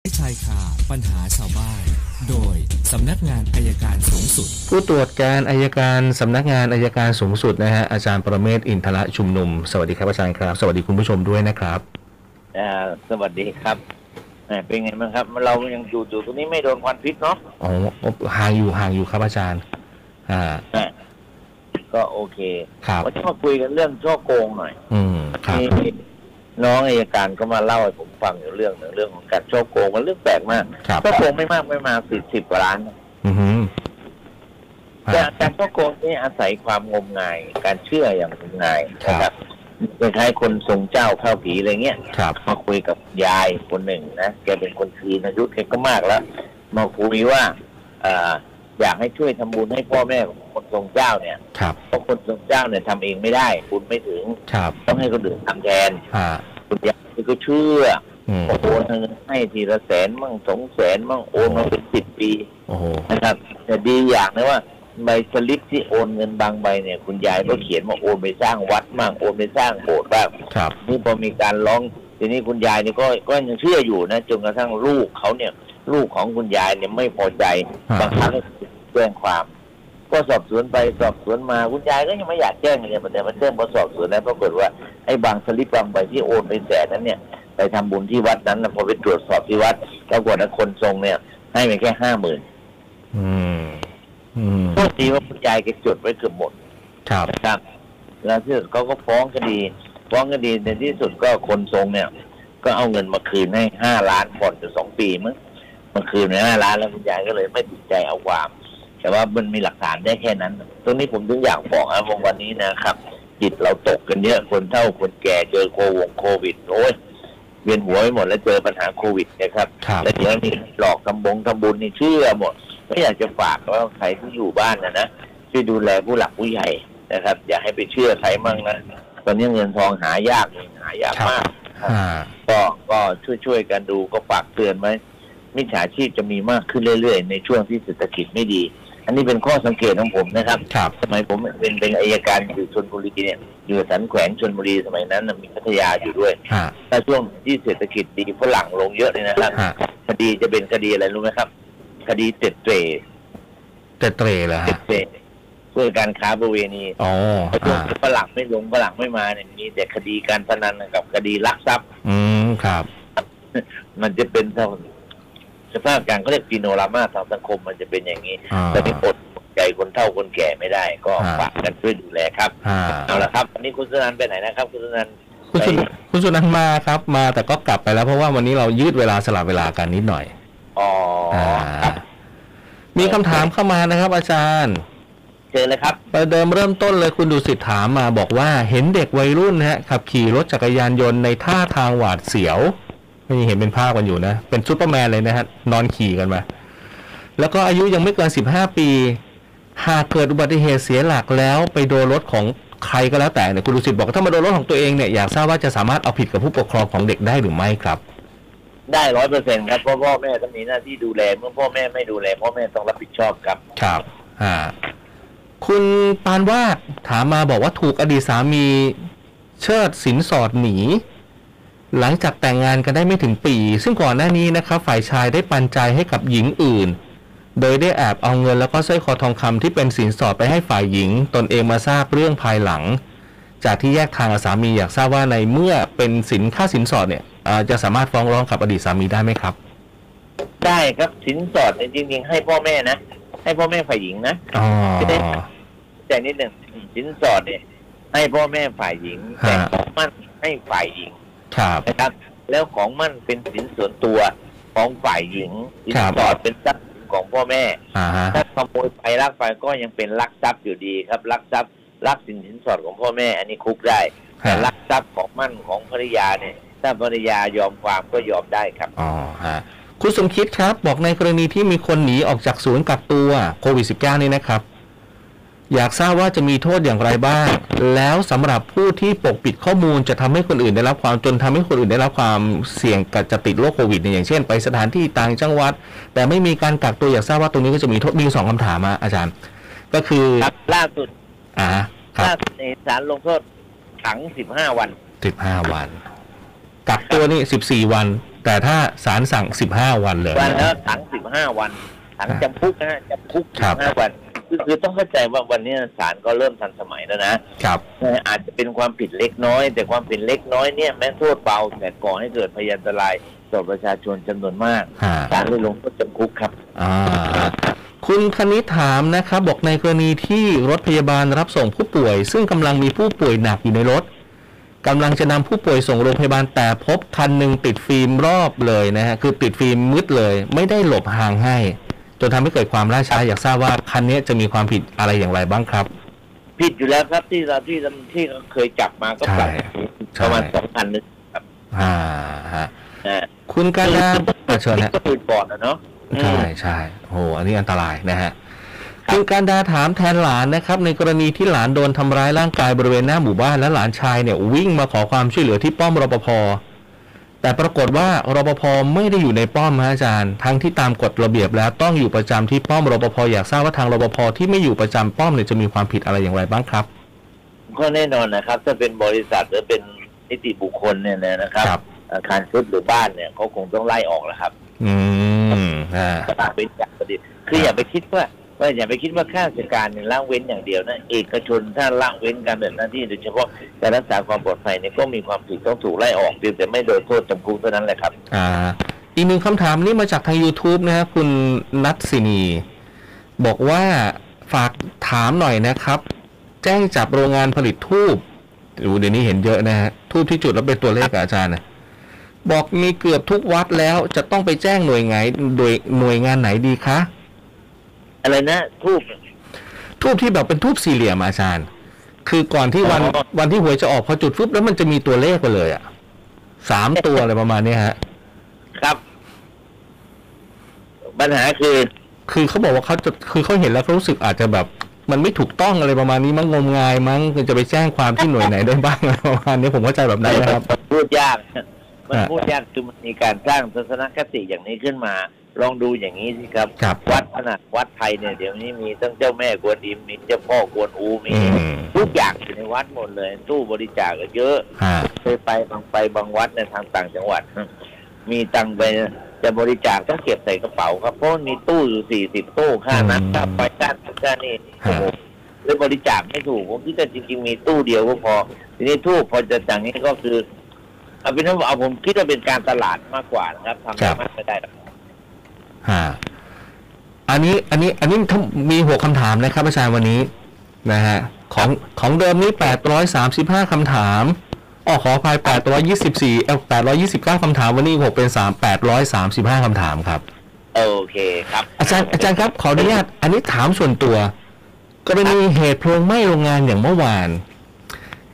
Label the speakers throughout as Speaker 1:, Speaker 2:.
Speaker 1: ายคาปัญหาชาวบ้าน โดยสำนักงานอายการสูงสุด
Speaker 2: ผู้ตรวจการอายการสำนักงานอายการสูงสุดนะฮะอาจารย์ประเมศวร์อินทระชุมนุม สวัสดีครับอาจารย์ครับ สวัสดีคุณผู้ชมด้วยนะครับ
Speaker 3: อ่าสวัสดีครับแหม่เป็นไงบ้างครับ เรายังอยู่อยู่ตรงนี้ไม่โดนควันพิษเนาะ
Speaker 2: อ๋อห่างอยู่ห่างอยู่ครับอาจารย์ อ่า
Speaker 3: อ่ะก็โอเค
Speaker 2: ครับ
Speaker 3: วันนี้มาคุยกันเรื่องช่อโกงหน่อย
Speaker 2: อืมครับ
Speaker 3: มีน้องอายการก็มาเล่าให้ผมฟังอยู่เรื่องหนึ่งเรื่องของการช่อโกงมันเรื่องแปลกมาก
Speaker 2: ครับ
Speaker 3: ช่อโกงไม่มากไม่มาสิบสิบกว่าล้าน
Speaker 2: อือฮึ
Speaker 3: แต่
Speaker 2: อ่า
Speaker 3: การช่อโกงนี่อาศัยความงมงาย การเชื่ออย่างงมงาย
Speaker 2: ครับ
Speaker 3: นะครับคล้ายๆคนทรงเจ้าเข้าผีอะไรเงี้ย
Speaker 2: ครับ
Speaker 3: มาคุยกับยายคนหนึ่งนะแกเป็นคนจีนอายุแกก็มากแล้ว มาคุยว่าเอ่ออยากให้ช่วยทำบุญให้พ่อแม่ของคนทรงเจ้าเนี่ย
Speaker 2: ครับ
Speaker 3: เพราะคนทรงเจ้าเนี่ยทำเองไม่ได้บุญไม่ถึง
Speaker 2: ครับ
Speaker 3: ต้องให้คนอื่นทำแทน
Speaker 2: อ่า
Speaker 3: คุณยายก็เชื่อ
Speaker 2: อืม
Speaker 3: โอนเงินให้ทีละแสนมั่งสองแสนมั่งโอนมาเป็นสิบปี
Speaker 2: โอ้โห
Speaker 3: นะครับ แต่ดีอย่างนะว่าใบสลิปที่โอนเงินบางใบเนี่ย คุณยายก็เขียนว่าโอนไปสร้างวัดบ้างโอนไปสร้างโบสถ์บ้าง
Speaker 2: ครับ
Speaker 3: นี่พอมีการร้องทีนี้คุณยายนี่ก็ก็ยังเชื่ออยู่นะจนกระทั่งลูกเขาเนี่ย ลูกของคุณยายเนี่ยไม่พอใจ
Speaker 2: อ่า
Speaker 3: บางครั้งก็แจ้งความ ก็สอบสวนไปสอบสวนมาคุณยายก็ยังไม่อยากแจ้งเลยแต่มาแจ้งพอสอบสวนแล้วปรากฏว่าไอ้บางสลิปบางใบที่โอนไปแสนนั้นเนี่ย ไปทำบุญที่วัดนั้นนะพอไปตรวจสอบที่วัดปรากฏว่าคนทรงเนี่ย ให้ไปแค่ห้าหมื่น
Speaker 2: อืมอืม
Speaker 3: โชคดีว่าคุณยายแกจดไว้เกือบหมด
Speaker 2: ครับ
Speaker 3: นะครับ แล้วที่สุดเขาก็ฟ้องคดี ฟ้องคดีในที่สุดก็คนทรงเนี่ย ก็เอาเงินมาคืนให้ห้าล้านผ่อนอยู่สองปีมั้งมาคืนในห้าล้านแล้วคุณยายก็เลยไม่ติดใจเอาความ แต่ว่ามันมีหลักฐานได้แค่นั้น ตรงนี้ผมถึงอยากบอกนะวงวันนี้นะครับ จิตเราตกกันเยอะคนเฒ่าคนแก่เจอโควงโควิดโอ้ยเวียนหัวไปหมดแล้วเจอปัญหาโควิดนะครับ
Speaker 2: ครับ
Speaker 3: แล้วเดี๋ยวนี่หลอกทำบงทำบุญนี่เชื่อหมดก็อยากจะฝากว่าใครที่อยู่บ้านนะนะช่วยดูแลผู้หลักผู้ใหญ่นะครับ อย่าให้ไปเชื่อใครมั่งนะตอนนี้เงินทองหายากหายากมาก
Speaker 2: อ่า
Speaker 3: ก็ก็ช่วยช่วยกันดูก็ฝากเตือนไว้มิจฉาชีพจะมีมากขึ้นเรื่อยๆ ในช่วงที่เศรษฐกิจไม่ดี อันนี้เป็นข้อสังเกตของผมนะครับ
Speaker 2: ครับ
Speaker 3: สมัยผมเป็นเป็นอายการอยู่ชนบุรีเนี่ยอยู่สันแขวงชนบุรีสมัยนั้นน่ะมีพัทยาอยู่ด้วย
Speaker 2: ฮะ
Speaker 3: ถ้าช่วงที่เศรษฐกิจดีฝรั่งลงเยอะเลยนะครับ
Speaker 2: ฮะ
Speaker 3: คดีจะเป็นคดีอะไรรู้ไหมครับ คดีเต็ดเตร่
Speaker 2: เตะเตะเหรอ
Speaker 3: เต็
Speaker 2: ฮะ
Speaker 3: ดเตร่เพื่อการค้าประเวณี
Speaker 2: อ๋อ
Speaker 3: เพราะช่วง
Speaker 2: อ่า
Speaker 3: ฝรั่งไม่ลงฝรั่งไม่มาเนี่ยมีแต่คดีการพนันกับคดีลักทรัพย์
Speaker 2: อืมครับ
Speaker 3: มันจะเป็นทางสภาพการเขาเรียกปีโนรามาทางสังคมมันจะเป็นอย่างนี้
Speaker 2: อ่า
Speaker 3: แต่นี่อดใจคนเฒ่าคนแก่ไม่ได้ ก็
Speaker 2: อ่า
Speaker 3: ฝากกันช่วยดูแลครับ
Speaker 2: อ่า
Speaker 3: เอาละครับวันนี้คุณสุนันท์ไปไหนนะครับ คุณสุนันท์
Speaker 2: คุณสุนคุณสุนันท์มาครับ มาแต่ก็กลับไปแล้วเพราะว่าวันนี้เรายืดเวลาสลับเวลากันนิดหน่อย
Speaker 3: อ๋อ
Speaker 2: อ่า
Speaker 3: ครับ
Speaker 2: มีคำถามเข้ามานะครับ อาจารย์
Speaker 3: เจอเลยครับ
Speaker 2: ประเดิมเริ่มต้นเลยคุณดุสิตถามมาบอกว่าเห็นเด็กวัยรุ่นนะฮะขับขี่รถจักรยานยนต์ในท่าทางหวาดเสียวนี่เห็นเป็นภาพกันอยู่นะ เป็นซูเปอร์แมนเลยนะฮะ นอนขี่กันมา แล้วก็อายุยังไม่เกิน 15 ปี หากเกิดอุบัติเหตุเสียหลักแล้วไปโดนรถของใครก็แล้วแต่เนี่ยคุณดุสิตบอกว่าถ้ามาโดนรถของตัวเองเนี่ยอยากทราบว่าจะสามารถเอาผิดกับผู้ปกครองของเด็กได้หรือไม่ครับ
Speaker 3: ได้ร้อยเปอร์เซ็นต์ครับเพราะพ่อแม่ต้องมีหน้าที่ดูแลเมื่อพ่อแม่ไม่ดูแลพ่อแม่ต้องรับผิดชอบครับ
Speaker 2: ครับอ่าคุณปานวาดถามมาบอกว่าถูกอดีตสามีเชิดสินสอดหนี หลังจากแต่งงานกันได้ไม่ถึงปี ซึ่งก่อนหน้านี้นะครับฝ่ายชายได้ปันใจให้กับหญิงอื่น โดยได้แอบเอาเงินแล้วก็สร้อยคอทองคำที่เป็นสินสอดไปให้ฝ่ายหญิง ตนเองมาทราบเรื่องภายหลัง จากที่แยกทางกับสามีอยากทราบว่าในเมื่อเป็นสินค่าสินสอดเนี่ยอ่าจะสามารถฟ้องร้องกับอดีตสามีได้ไหมครับ
Speaker 3: ได้ครับสินสอดเนี่ยจริงๆ ให้พ่อแม่นะ ให้พ่อแม่ฝ่ายหญิงนะ
Speaker 2: อ๋อ
Speaker 3: แต่นิดหนึ่งสินสอดเนี่ยให้พ่อแม่ฝ่ายหญิง
Speaker 2: ฮะ
Speaker 3: แต่ของมั่นให้ฝ่ายหญิง
Speaker 2: ครับ
Speaker 3: นะครับ แล้วของมั่นเป็นสินส่วนตัวของฝ่ายหญิงสิน
Speaker 2: ครับ
Speaker 3: สอดเป็นทรัพย์สินของพ่อแม่
Speaker 2: อ่าฮะ
Speaker 3: ถ้าขโมยไปลักไปก็ยังเป็นลักทรัพย์อยู่ดีครับลักทรัพย์ลักสินสินสอดของพ่อแม่ อันนี้คุกได้ แต่
Speaker 2: ฮะ
Speaker 3: ลักทรัพย์ของมั่นของภรรยาเนี่ย ถ้าภรรยายอมความก็ยอมได้ครับ
Speaker 2: อ๋อฮะคุณสมคิดครับ บอกในกรณีที่มีคนหนีออกจากศูนย์กักตัวโควิด -19 นี่นะครับ อยากทราบว่าจะมีโทษอย่างไรบ้าง แล้วสำหรับผู้ที่ปกปิดข้อมูลจะทำให้คนอื่นได้รับความจนทำให้คนอื่นได้รับความเสี่ยงกับจะติดโรคโควิดเนี่ยอย่างเช่น ไปสถานที่ต่างจังหวัด แต่ไม่มีการกักตัวอยากทราบว่าตรงนี้ก็จะมีโทษมีอยู่สองคำถามอะอาจารย์ ก็คือ
Speaker 3: ครับล่าสุด
Speaker 2: อ่าค
Speaker 3: ล่า
Speaker 2: รับ
Speaker 3: สุดในศาลลงโทษขัง 15 วัน
Speaker 2: สิบห้าวัน กักตัวนี่สิบสี่วัน แต่ แต่ถ้าศาลสั่ง 15 วันเลย
Speaker 3: วันแล้วถังสิบห้าวันถัง
Speaker 2: ครับ
Speaker 3: จำคุกนะฮะจำคุก
Speaker 2: ค
Speaker 3: สิ
Speaker 2: รั
Speaker 3: บบ ห้าวันคือคือต้องเข้าใจว่าวันนี้ศาลก็เริ่มทันสมัยแล้วนะครับ อาจจะเป็นความผิดเล็กน้อย แต่ความผิดเล็กน้อยเนี่ยแม้โทษเบาแต่ก่อให้เกิดพยานตรายต่อประชาชนจำนวนมาก
Speaker 2: อ่า
Speaker 3: ศาลเลยลงโทษจำคุกครับ
Speaker 2: อ่าคุณคณิตถามนะครับ บอกในกรณีที่รถพยาบาลรับส่งผู้ป่วย ซึ่งกำลังมีผู้ป่วยหนักอยู่ในรถกำลังจะนำผู้ป่วยส่งโรงพยาบาลแต่พบคันหนึ่งติดฟิล์มรอบเลยนะฮะคือติดฟิล์มมืดเลย ไม่ได้หลบห่างให้ จนทำให้เกิดความล่าช้าอยากทราบว่าคันนี้จะมีความผิดอะไรอย่างไรบ้างครับ
Speaker 3: ผิดอยู่แล้วครับที่เราที่ที่เราเคยจับมาก็ปรับ
Speaker 2: ใช่
Speaker 3: ประมาณ
Speaker 2: ใช่
Speaker 3: สองพันนึง
Speaker 2: อ่าฮะ
Speaker 3: นะฮะ
Speaker 2: คุณกาดาอ่ะเชิญฮะ
Speaker 3: ก็ปืนปอดนะเนาะอืม
Speaker 2: ใช่ใช่โหอันนี้อันตรายนะฮะ
Speaker 3: ครับ
Speaker 2: คุณการดาถามแทนหลานนะครับ ในกรณีที่หลานโดนทำร้ายร่างกายบริเวณหน้าหมู่บ้านและหลานชายเนี่ย วิ่งมาขอความช่วยเหลือที่ป้อมรปภแต่ปรากฏว่ารปภไม่ได้อยู่ในป้อมฮะอาจารย์ ทั้งที่ตามกฎระเบียบแล้วต้องอยู่ประจำที่ป้อมรปภอยากทราบว่าทางรปภที่ไม่อยู่ประจำป้อมเนี่ยจะมีความผิดอะไรอย่างไรบ้างครับ
Speaker 3: ก็แน่นอนนะครับ ถ้าเป็นบริษัทหรือเป็นนิติบุคคลเนี่ยนะครับ
Speaker 2: ครับ
Speaker 3: อาคารชุดหรือบ้านเนี่ยเขาคงต้องไล่ออกแล้วครับ
Speaker 2: อืมอ่า
Speaker 3: เป็นจากประเด็นคืออย่าไปคิดว่าว่าอย่าไปคิดว่าข้าราชการเนี่ยละเว้นอย่างเดียวนะเอกชนถ้าละเว้นการปฏิบัติหน้าที่โดยเฉพาะการรักษาความปลอดภัยเนี่ยก็มีความผิดต้องถูกไล่ออกเพียงแต่ไม่โดนโทษจำคุกเท่านั้นแหละครับ
Speaker 2: อ่าอีกหนึ่งคำถามนี่มาจากทาง YouTube นะครับคุณนัทสินี บอกว่าฝากถามหน่อยนะครับ แจ้งจับโรงงานผลิตทูบดูเดี๋ยวนี้เห็นเยอะนะฮะทูบที่จุดแล้วเป็นตัวเลขอะอาจารย์นะบอกมีเกือบทุกวัดแล้วจะต้องไปแจ้งหน่วยไหนโดยหน่วยงานไหนดีคะ
Speaker 3: อะไรนะทูบ
Speaker 2: ทูบที่แบบเป็นทูบสี่เหลี่ยมอะอาจารย์ คือก่อนที่วัน
Speaker 3: อ๋อ
Speaker 2: วันที่หวยจะออกพอจุดปุ๊บแล้วมันจะมีตัวเลขไปเลยอะสามตัวอะไรประมาณเนี้ยฮะ
Speaker 3: ครับ ปัญหาคือ
Speaker 2: คือเขาบอกว่าเขาจะคือเขาเห็นแล้วเขารู้สึกอาจจะแบบ มันไม่ถูกต้องอะไรประมาณนี้มั้งงมงายมั้งคือจะไปแจ้งความที่หน่วยไหนได้บ้างอะไรประมาณนี้ผมเข้าใจแบบนั้นนะครับ
Speaker 3: พูดยาก มัน
Speaker 2: อ่า
Speaker 3: พูดยากคือมันมีการสร้างทัศนคติอย่างนี้ขึ้นมา ลองดูอย่างนี้สิครับ
Speaker 2: ครับ
Speaker 3: วัดขนาดวัดไทยเนี่ยเดี๋ยวนี้มีทั้งเจ้าแม่กวนอิมมีเจ้าพ่อกวนอูมี
Speaker 2: อืม
Speaker 3: ทุกอย่างอยู่ในวัดหมดเลย ตู้บริจาคก็เยอะ
Speaker 2: ฮะ
Speaker 3: เคยไปบางไปบางวัดในยทางต่างจังหวัด มีตังค์ไปจะบริจาคต้องเก็บใส่กระเป๋าครับเพราะมันมีตู้อยู่สี่สิบตู้ค่านั้นค่าไฟค่าทุกค่านี่โอ้โห เลยบริจาคไม่ถูกผมคิดว่าจริงๆมีตู้เดียวก็พอ ทีนี้ทูบพอจะสั่งนี้ก็คือเอาเป็นว่าเอาผมคิดว่าเป็นการตลาดมากกว่านะครับทำได้มากไม่ได้หรอก
Speaker 2: ฮะอันนี้อันนี้อันนี้ทั้งมีหัวคำถามนะครับอาจารย์วันนี้นะฮะของของเดิมนี่835คำถามอ๋อขออภัย824เอ้า829คำถามวันนี้ผมเป็น3 835คำถามครับ
Speaker 3: โอเคครับ
Speaker 2: อาจารย์อาจารย์ครับขออนุญาตอันนี้ถามส่วนตัว กรณีเหตุเพลิงไหม้โรงงานอย่างเมื่อวาน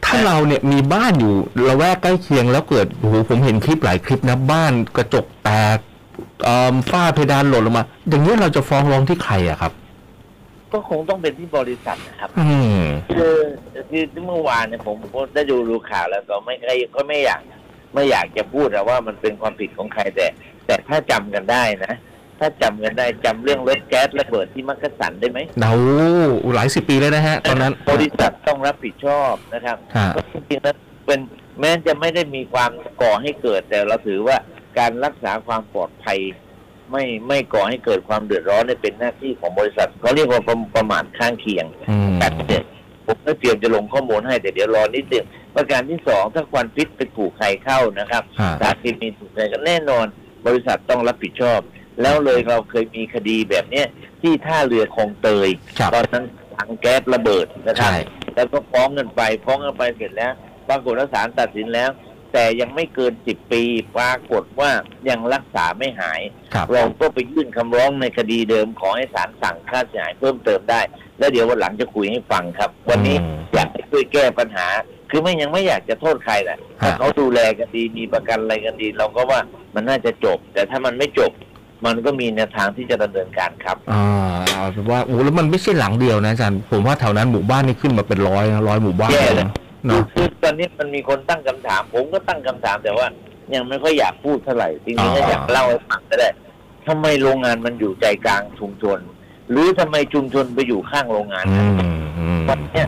Speaker 2: ถ้าเราเนี่ยมีบ้านอยู่ละแวกใกล้เคียงแล้วเกิดโอ้โหผมเห็นคลิปหลายคลิปนะบ้านกระจกแตกเอิ่มฝ้าเพดานหล่นลงมา อย่างนี้ยเราจะฟ้องร้องที่ใครอะครับ
Speaker 3: ก็คงต้องเป็นที่บริษัทนะครับ
Speaker 2: อืม
Speaker 3: คือคือเมื่อวานเนี่ยผมก็ได้ดูดูข่าวแล้วก็ไม่ได้ก็ไม่อยาก ไม่อยากจะพูดนะว่ามันเป็นความผิดของใครแต่ แต่ถ้าจำกันได้นะ ถ้าจำกันได้จำเรื่องรถแก๊สระเบิดที่มักกะสันได้ไหม
Speaker 2: เดาหลายสิบปีเลยนะฮะ ตอนนั้น
Speaker 3: บริษัทต้องรับผิดชอบนะครับ
Speaker 2: ฮะ
Speaker 3: เพราะจริงๆแล้วเป็นแม้จะไม่ได้มีความก่อให้เกิด แต่เราถือว่าการรักษาความปลอดภัย ไม่ไม่ก่อให้เกิดความเดือดร้อนเนี่ยเป็นหน้าที่ของบริษัทเขาเรียกว่าประประมาทข้างเคียง
Speaker 2: อืม
Speaker 3: แต่เนี่ยผมก็เตรียมจะลงข้อมูลให้แต่เดี๋ยวรอนิดเดียวประการที่สองถ้าควันพิษไปถูกใครเข้านะครับ
Speaker 2: ฮะ
Speaker 3: สารเคมีถูกใจก็แน่นอนบริษัทต้องรับผิดชอบ แล้วเลยเราเคยมีคดีแบบเนี้ยที่ท่าเรือคลองเตย
Speaker 2: ครับ
Speaker 3: ตอนนั้นถังแก๊สระเบิดนะครับ
Speaker 2: ใช่
Speaker 3: แล้วก็ฟ้องกันไปฟ้องกันไปเสร็จแล้ว ปรากฏว่าศาลตัดสินแล้ว แต่ยังไม่เกินสิบปี ปรากฏว่ายังรักษาไม่หาย
Speaker 2: ครับ
Speaker 3: เราก็ไปยื่นคำร้องในคดีเดิมขอให้ศาลสั่งค่าเสียหายเพิ่มเติมได้ แล้วเดี๋ยววันหลังจะคุยให้ฟังครับ วันนี้
Speaker 2: อืม
Speaker 3: อยากให้ช่วยแก้ปัญหา คือไม่ยังไม่อยากจะโทษใครแหละถ้า
Speaker 2: ฮะ
Speaker 3: เขาดูแลกันดีมีประกันอะไรกันดี เราก็ว่ามันน่าจะจบ แต่ถ้ามันไม่จบ มันก็มีแนวทางที่จะดำเนินการครับ
Speaker 2: อ่าเอาเป็นว่าโอ้แล้วมันไม่ใช่หลังเดียวนะอาจารย์ผมว่าแถวนั้นหมู่บ้านนี่ขึ้นมาเป็นร้อยนะร้อยหมู่บ้าน
Speaker 3: แย่
Speaker 2: เลย
Speaker 3: เลย
Speaker 2: นะ
Speaker 3: คือ
Speaker 2: เนาะ
Speaker 3: คือตอนนี้มันมีคนตั้งคำถาม ผมก็ตั้งคำถามแต่ว่า ยังไม่ค่อยอยากพูดเท่าไหร่จริงๆก็อยากเล่าให้ฟังก็ได้ทำไมโรงงานมันอยู่ใจกลางชุมชน หรือทำไมชุมชนไปอยู่ข้างโรงงาน
Speaker 2: อืมอืม
Speaker 3: วันเนี้ย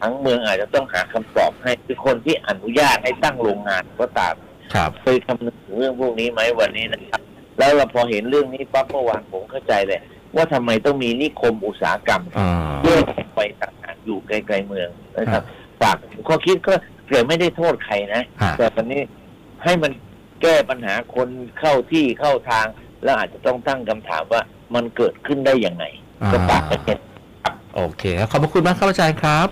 Speaker 3: ทั้งเมืองอาจจะต้องหาคำตอบให้คือคนที่อนุญาตให้ตั้งโรงงานก็ตาม
Speaker 2: ครับ
Speaker 3: เคยคำนึงถึงเรื่องพวกนี้ไหมวันนี้นะครับ แล้วเราพอเห็นเรื่องนี้ปั๊บเมื่อวานผมเข้าใจเลย ว่าทำไมต้องมีนิคมอุตสาหกรรม
Speaker 2: อ่า
Speaker 3: เลื่อนไปต่างหากอยู่ไกลๆเมืองนะครับฝากข้อคิดก็เกิดไม่ได้โทษใครนะ
Speaker 2: ฮะ
Speaker 3: แต่ตอนนี้ให้มันแก้ปัญหาคนเข้าที่เข้าทาง แล้วอาจจะต้องตั้งคำถามว่ามันเกิดขึ้นได้อย่างไงก็ฝากไปเห็น
Speaker 2: โอเคครับขอบพระคุณมากครับอาจารย์ครับ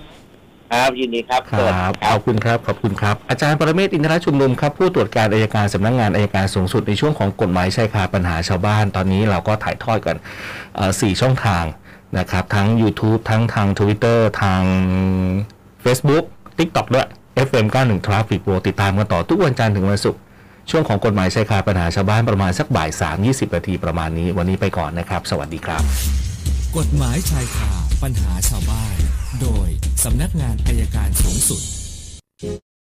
Speaker 3: ครับยินดีครับ
Speaker 2: ค
Speaker 3: ส
Speaker 2: ร
Speaker 3: วัสดี
Speaker 2: ับ ขอบคุณครับ ขอบคุณครับ อาจารย์ประเมศอินทรชุมนุมครับ ผู้ตรวจการอายการสำนักงงานอายการสูงสุดในช่วงของกฎหมายชายคาปัญหาชาวบ้าน ตอนนี้เราก็ถ่ายทอดกันเอ่อสี่ช่องทางนะครับ ทั้ง YouTube ทั้งทาง Twitter ทาง Facebook TikTok ด้วย FM 91 Traffic Pro ติดตามกันต่อทุกวันจันทร์ถึงวันศุกร์ ช่วงของกฎหมายชายคาปัญหาชาวบ้านประมาณสักบ่าย3 20นาทีประมาณนี้ วันนี้ไปก่อนนะครับ สวัสดีครับ
Speaker 1: กฎหมายชายคาปัญหาชาวบ้าน โดยสำนักงานอายการสูงสุด